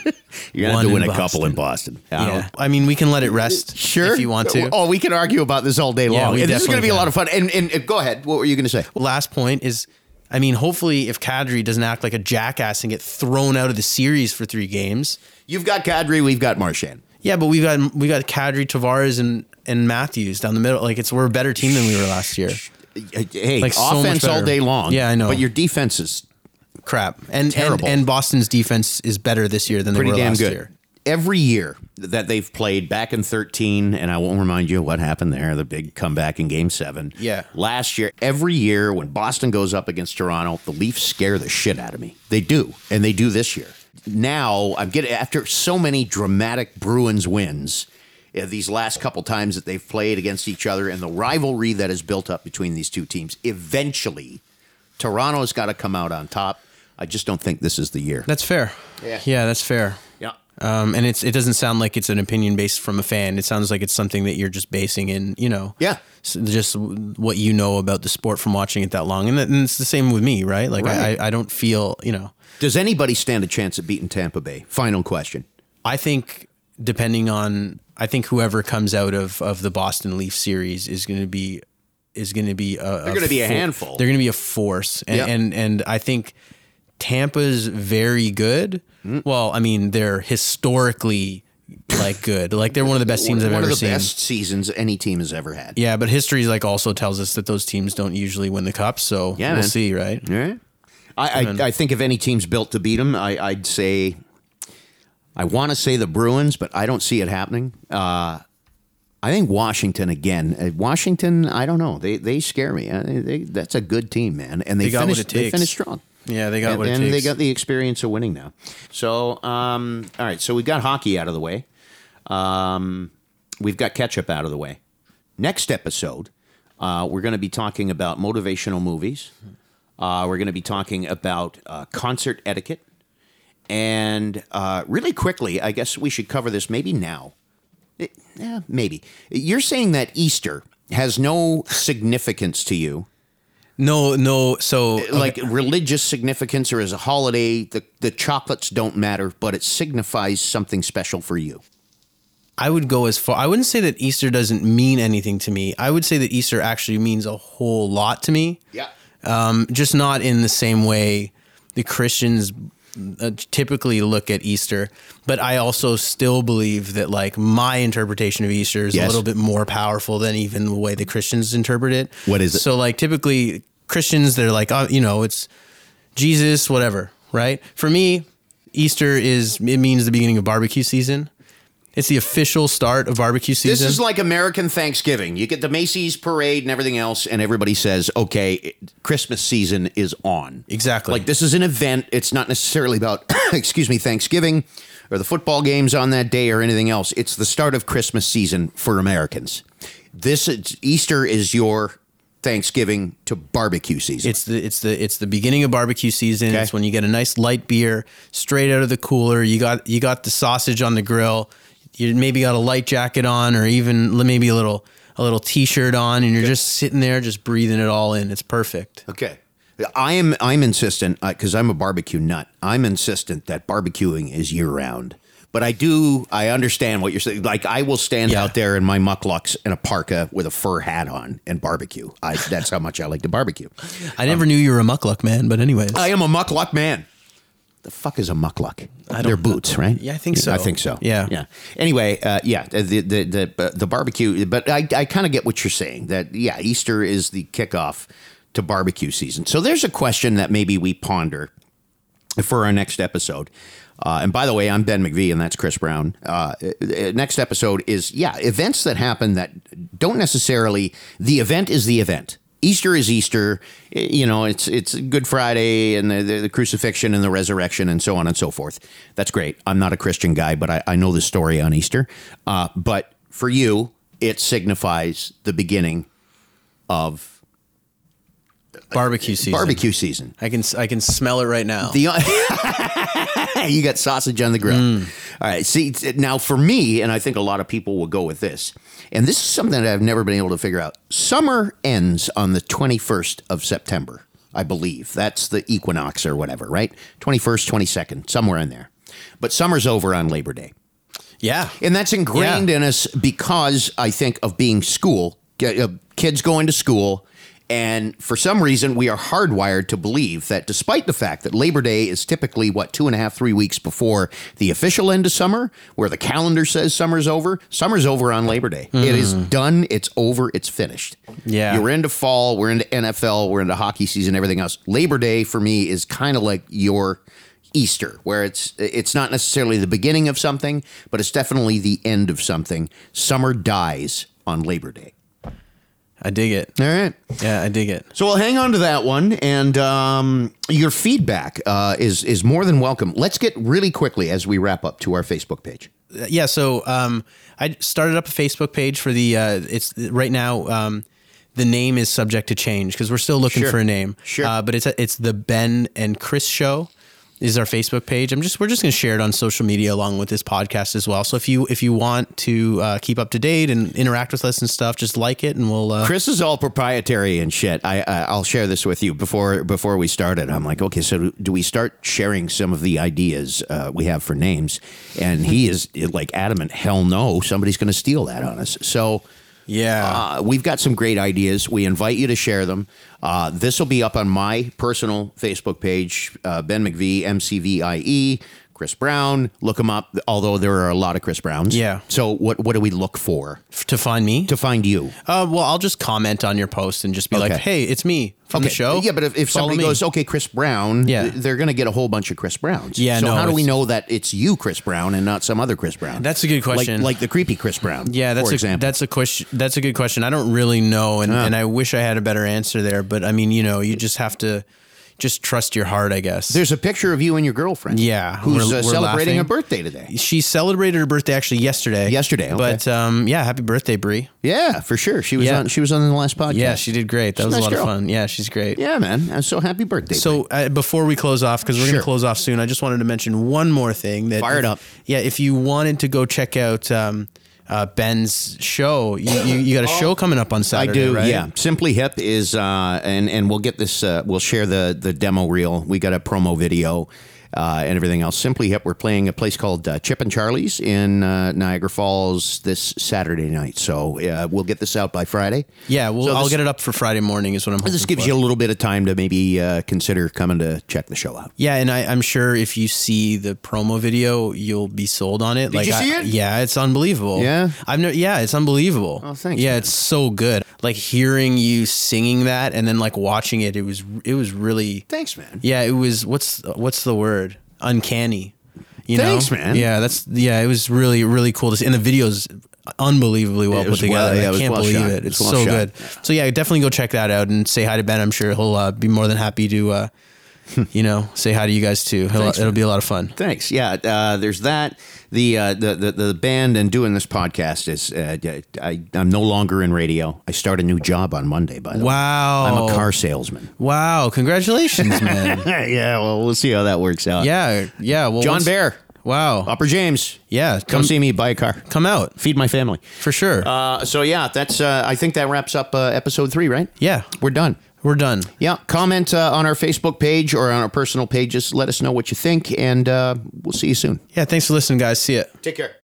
S2: You're
S1: One in
S2: in Boston. I don't-
S1: yeah, I mean we can let it rest
S2: Sure.
S1: if you want to.
S2: Oh, we can argue about this all day long.
S1: we
S2: and this is going
S1: definitely
S2: to be a lot
S1: can.
S2: of fun. And, and, and go ahead. What were you going to say?
S1: Last point is. I mean, hopefully, if Kadri doesn't act like a jackass and get thrown out of the series for three games,
S2: You've got Kadri. We've got Marchand.
S1: yeah. But we've got we got Kadri, Tavares, and and Matthews down the middle. Like it's we're a better team than we were last year.
S2: Hey,
S1: Like, so much
S2: offense all
S1: better.
S2: day long.
S1: Yeah, I know.
S2: But your defense is
S1: crap. And and,
S2: Terrible.
S1: and Boston's defense is better this year than they
S2: pretty
S1: were
S2: damn
S1: last
S2: good.
S1: year.
S2: Every year that they've played back in 13, and I won't remind you what happened there, the big comeback in game seven.
S1: Yeah.
S2: Last year, every year when Boston goes up against Toronto, the Leafs scare the shit out of me. They do, and they do this year. Now I'm getting, after so many dramatic Bruins wins, uh, these last couple times that they've played against each other and the rivalry that is built up between these two teams, eventually Toronto's got to come out on top. I just don't think this is the year.
S1: That's fair.
S2: Yeah.
S1: that's fair.
S2: yeah.
S1: Um, and it's it doesn't sound like it's an opinion based from a fan. It sounds like it's something that you're just basing in, you know,
S2: Yeah.
S1: s- just w- what you know about the sport from watching it that long. And, that, and it's the same with me, right? Like
S2: Right.
S1: I, I don't feel, you know,
S2: Does anybody stand a chance at beating Tampa Bay? Final question.
S1: I think depending on I think whoever comes out of of the Boston Leaf series is going to be is going to be a they're
S2: gonna be a handful.
S1: They're going to be a force, and
S2: Yeah.
S1: and and I think Tampa's very good.
S2: Hmm.
S1: Well, I mean they're historically like good. Like they're one of the best teams I've
S2: One
S1: ever
S2: of the
S1: seen.
S2: best seasons any team has ever had.
S1: Yeah, but history like also tells us that those teams don't usually win the cup. So
S2: Yeah,
S1: we'll
S2: man.
S1: see, right?
S2: All right. I, I, I think if any team's built to beat them, I, I'd say I want to say the Bruins, but I don't see it happening. Uh, I think Washington again. Uh, Washington, I don't know. They they scare me. Uh, they- they- that's a good team, man, and they,
S1: They got what
S2: finished.
S1: it
S2: They
S1: takes.
S2: finished strong.
S1: Yeah, they got
S2: and
S1: what it
S2: and they
S1: takes.
S2: got the experience of winning now. So, um, all right. So we've got hockey out of the way. Um, we've got ketchup out of the way. Next episode, uh, we're going to be talking about motivational movies. Uh, we're going to be talking about uh, concert etiquette. And uh, really quickly, I guess we should cover this maybe now. Eh, yeah, maybe. You're saying that Easter has no significance to you,
S1: No, no. So
S2: like religious significance or as a holiday. The, the chocolates don't matter, but it signifies something special for you.
S1: I would go as far. I wouldn't say that Easter doesn't mean anything to me. I would say that Easter actually means a whole lot to me.
S2: Yeah.
S1: Um, just not in the same way the Christians uh, typically look at Easter. But I also still believe that like my interpretation of Easter is a
S2: Yes.
S1: little bit more powerful than even the way the Christians interpret it.
S2: What is it?
S1: So like typically Christians, they're like, oh, you know, it's Jesus, whatever, right? For me, Easter is it means the beginning of barbecue season. It's the official start of barbecue
S2: This
S1: season.
S2: is like American Thanksgiving. You get the Macy's parade and everything else, and everybody says, okay, it- Christmas season is on.
S1: Exactly.
S2: Like this is an event. It's not necessarily about, excuse me, Thanksgiving or the football games on that day or anything else. It's the start of Christmas season for Americans. This is, Easter is your Thanksgiving to barbecue season.
S1: It's the it's the it's the beginning of barbecue season.
S2: Okay.
S1: It's when you get a nice light beer straight out of the cooler. You got you got the sausage on the grill. You maybe got a light jacket on, or even li- maybe a little a little t-shirt on, and you're just sitting there, just breathing it all in. It's perfect.
S2: Okay. I am I'm insistent because I'm a barbecue nut. I'm insistent that barbecuing is year round. But I do I understand what you're saying. Like I will stand
S1: Yeah.
S2: out there in my mucklucks and a parka with a fur hat on and barbecue. I that's how much I like to barbecue.
S1: I never knew you were a muckluck man, but anyways,
S2: I am a muckluck man. The fuck is a muckluck? They're boots, right?
S1: Yeah, I think so.
S2: I think so.
S1: Yeah.
S2: yeah. Anyway, uh, yeah, the the the the, the barbecue. But I, I kind of get what you're saying. That yeah, Easter is the kickoff to barbecue season. So there's a question that maybe we ponder for our next episode. Uh, and by the way, I'm Ben McVee, and that's Chris Brown. Uh, uh, next episode is yeah, events that happen that don't necessarily the event is the event. Easter is Easter, I- you know. It's it's Good Friday and the, the, the crucifixion and the resurrection and so on and so forth. That's great. I'm not a Christian guy, but I, I know the story on Easter. Uh, but for you, it signifies the beginning of
S1: barbecue season.
S2: barbecue season.
S1: I can s- I can smell it right now.
S2: The you got sausage on the grill. All right. See t- now for me, and I think a lot of people will go with this, and this is something that I've never been able to figure out. Summer ends on the twenty first of September, I believe. That's the equinox or whatever, right? Twenty first, twenty second, somewhere in there. But summer's over on Labor Day.
S1: yeah,
S2: And that's ingrained in us because I think of being school, K- uh, kids going to school. And for some reason, we are hardwired to believe that despite the fact that Labor Day is typically, what, two and a half, three weeks before the official end of summer, where the calendar says summer's over, summer's over on Labor Day. It is done, it's over, it's finished.
S1: Yeah.
S2: You're into fall, we're into NFL, we're into hockey season, everything else. Labor Day for me is kind of like your Easter, where it's it's not necessarily the beginning of something, but it's definitely the end of something. Summer dies on Labor Day.
S1: I dig it.
S2: All right.
S1: Yeah, I dig it.
S2: So we'll hang on to that one, and um, your feedback uh, is is more than welcome. Let's get really quickly as we wrap up to our Facebook page.
S1: yeah so um, i started up a facebook page for the uh, it's right now um, the name is subject to change because we're still looking
S2: Sure.
S1: for a name
S2: Sure.
S1: uh, but it's it's the ben and chris show is our facebook page i'm just we're just going to share it on social media along with this podcast as well so if you if you want to uh, keep up to date and interact with us and stuff just like it and we'll uh,
S2: Chris is all proprietary and shit. I, I I'll share this with you before before we started. I'm like, okay, so do we start sharing some of the ideas uh, we have for names? And he is like adamant, hell no, somebody's going to steal that on us. So.
S1: yeah
S2: Uh, we've got some great ideas. We invite you to share them. Uh, this will be up on my personal Facebook page, uh, Ben McVie, MCVIE, E, Chris Brown. Look him up, although there are a lot of Chris Browns.
S1: Yeah.
S2: So, what, what do we look for
S1: F- to find me
S2: to find you?
S1: uh, well i'll just comment on your post and just be like
S2: Okay.
S1: hey it's me from the show
S2: Yeah, but if, if
S1: Follow
S2: somebody
S1: me.
S2: goes, okay, Chris Brown,
S1: Yeah.
S2: th- they're going to get a whole bunch of Chris Browns.
S1: Yeah,
S2: So
S1: no,
S2: how do we
S1: it's-
S2: know that it's you, Chris Brown, and not some other Chris Brown?
S1: That's a good
S2: Like-
S1: question.
S2: Like, the creepy Chris Brown.
S1: Yeah, that's
S2: for
S1: a
S2: example.
S1: that's a question. That's a good question. I don't really know, and, and I wish I had a better answer there. But I mean, you know, you just have to just trust your heart, I guess.
S2: There's a picture of you and your girlfriend.
S1: Yeah,
S2: who's
S1: we're-
S2: uh,
S1: we're
S2: celebrating
S1: laughing.
S2: a birthday today.
S1: she celebrated her birthday actually yesterday.
S2: Yesterday, okay.
S1: but um, yeah, happy birthday, Brie.
S2: Yeah, for sure. She was
S1: Yeah.
S2: on. She was on the last podcast.
S1: Yeah, she did great. That was
S2: a
S1: a
S2: nice
S1: lot
S2: girl.
S1: of fun. Yeah, she's great.
S2: Yeah, man. I'm so happy birthday.
S1: So uh, before we close off, because we're
S2: Sure.
S1: going to close off soon, I just wanted to mention one more thing. That
S2: Fire
S1: if-
S2: it up.
S1: Yeah, if you wanted to go check out um, uh, Ben's show, you, you, you got a show coming up on
S2: Oh. I
S1: Saturday.
S2: do.
S1: right?
S2: Yeah. Simply Hip is, uh, and and we'll get this. Uh, we'll share the the demo reel. We got a promo video. uh, and everything else. Simply Hip, we're playing a place called uh, Chip and Charlie's in uh, Niagara Falls this Saturday night. So uh, we'll get this out by Friday.
S1: Yeah, well,
S2: So
S1: I'll
S2: this-
S1: get it up for Friday morning. Is what I'm. Hoping
S2: This gives
S1: for.
S2: you a little bit of time to maybe uh, consider coming to check the show out.
S1: Yeah, and I, I'm sure if you see the promo video, you'll be sold on it. Did like,
S2: you
S1: I-
S2: see it?
S1: Yeah, it's unbelievable.
S2: Yeah?
S1: I've no, yeah, it's unbelievable. Oh,
S2: thanks,
S1: Yeah, it's so good. Like hearing you singing that, and then like watching it, it was it was really.
S2: Thanks, man.
S1: Yeah, it was what's what's the word? Uncanny. You
S2: Thanks,
S1: know?
S2: man.
S1: Yeah, that's yeah. It was really really cool to see, and the video's unbelievably well
S2: It
S1: put
S2: was well-
S1: together.
S2: yeah, it
S1: I
S2: was
S1: can't
S2: well
S1: believe
S2: shot.
S1: it.
S2: It
S1: It's
S2: was well
S1: so
S2: shot.
S1: good. So yeah, definitely go check that out and say hi to Ben. I'm sure he'll uh, be more than happy to. Uh, you know, say hi to you guys too. He'll, it'll be a lot of fun.
S2: Thanks. Yeah, uh, there's that. The, uh, the the the band and doing this podcast is. Uh, I, I'm no longer in radio. I start a new job on Monday. By the way,
S1: Wow.
S2: I'm a car salesman.
S1: Wow. Congratulations, man.
S2: yeah, well, we'll see how that works out.
S1: yeah. Yeah. Well,
S2: John
S1: once-
S2: Bear,
S1: Wow.
S2: Upper James,
S1: Yeah.
S2: come
S1: Come,
S2: see me. Buy a car.
S1: come out
S2: Feed my family.
S1: for sure.
S2: Uh, so yeah, that's. Uh, I think that wraps up uh, episode three, right?
S1: yeah.
S2: We're done.
S1: We're done.
S2: Yeah, comment uh, on our Facebook page or on our personal pages. Let us know what you think, and uh, we'll see you soon.
S1: Yeah. Thanks for listening, guys. See ya.
S2: Take care.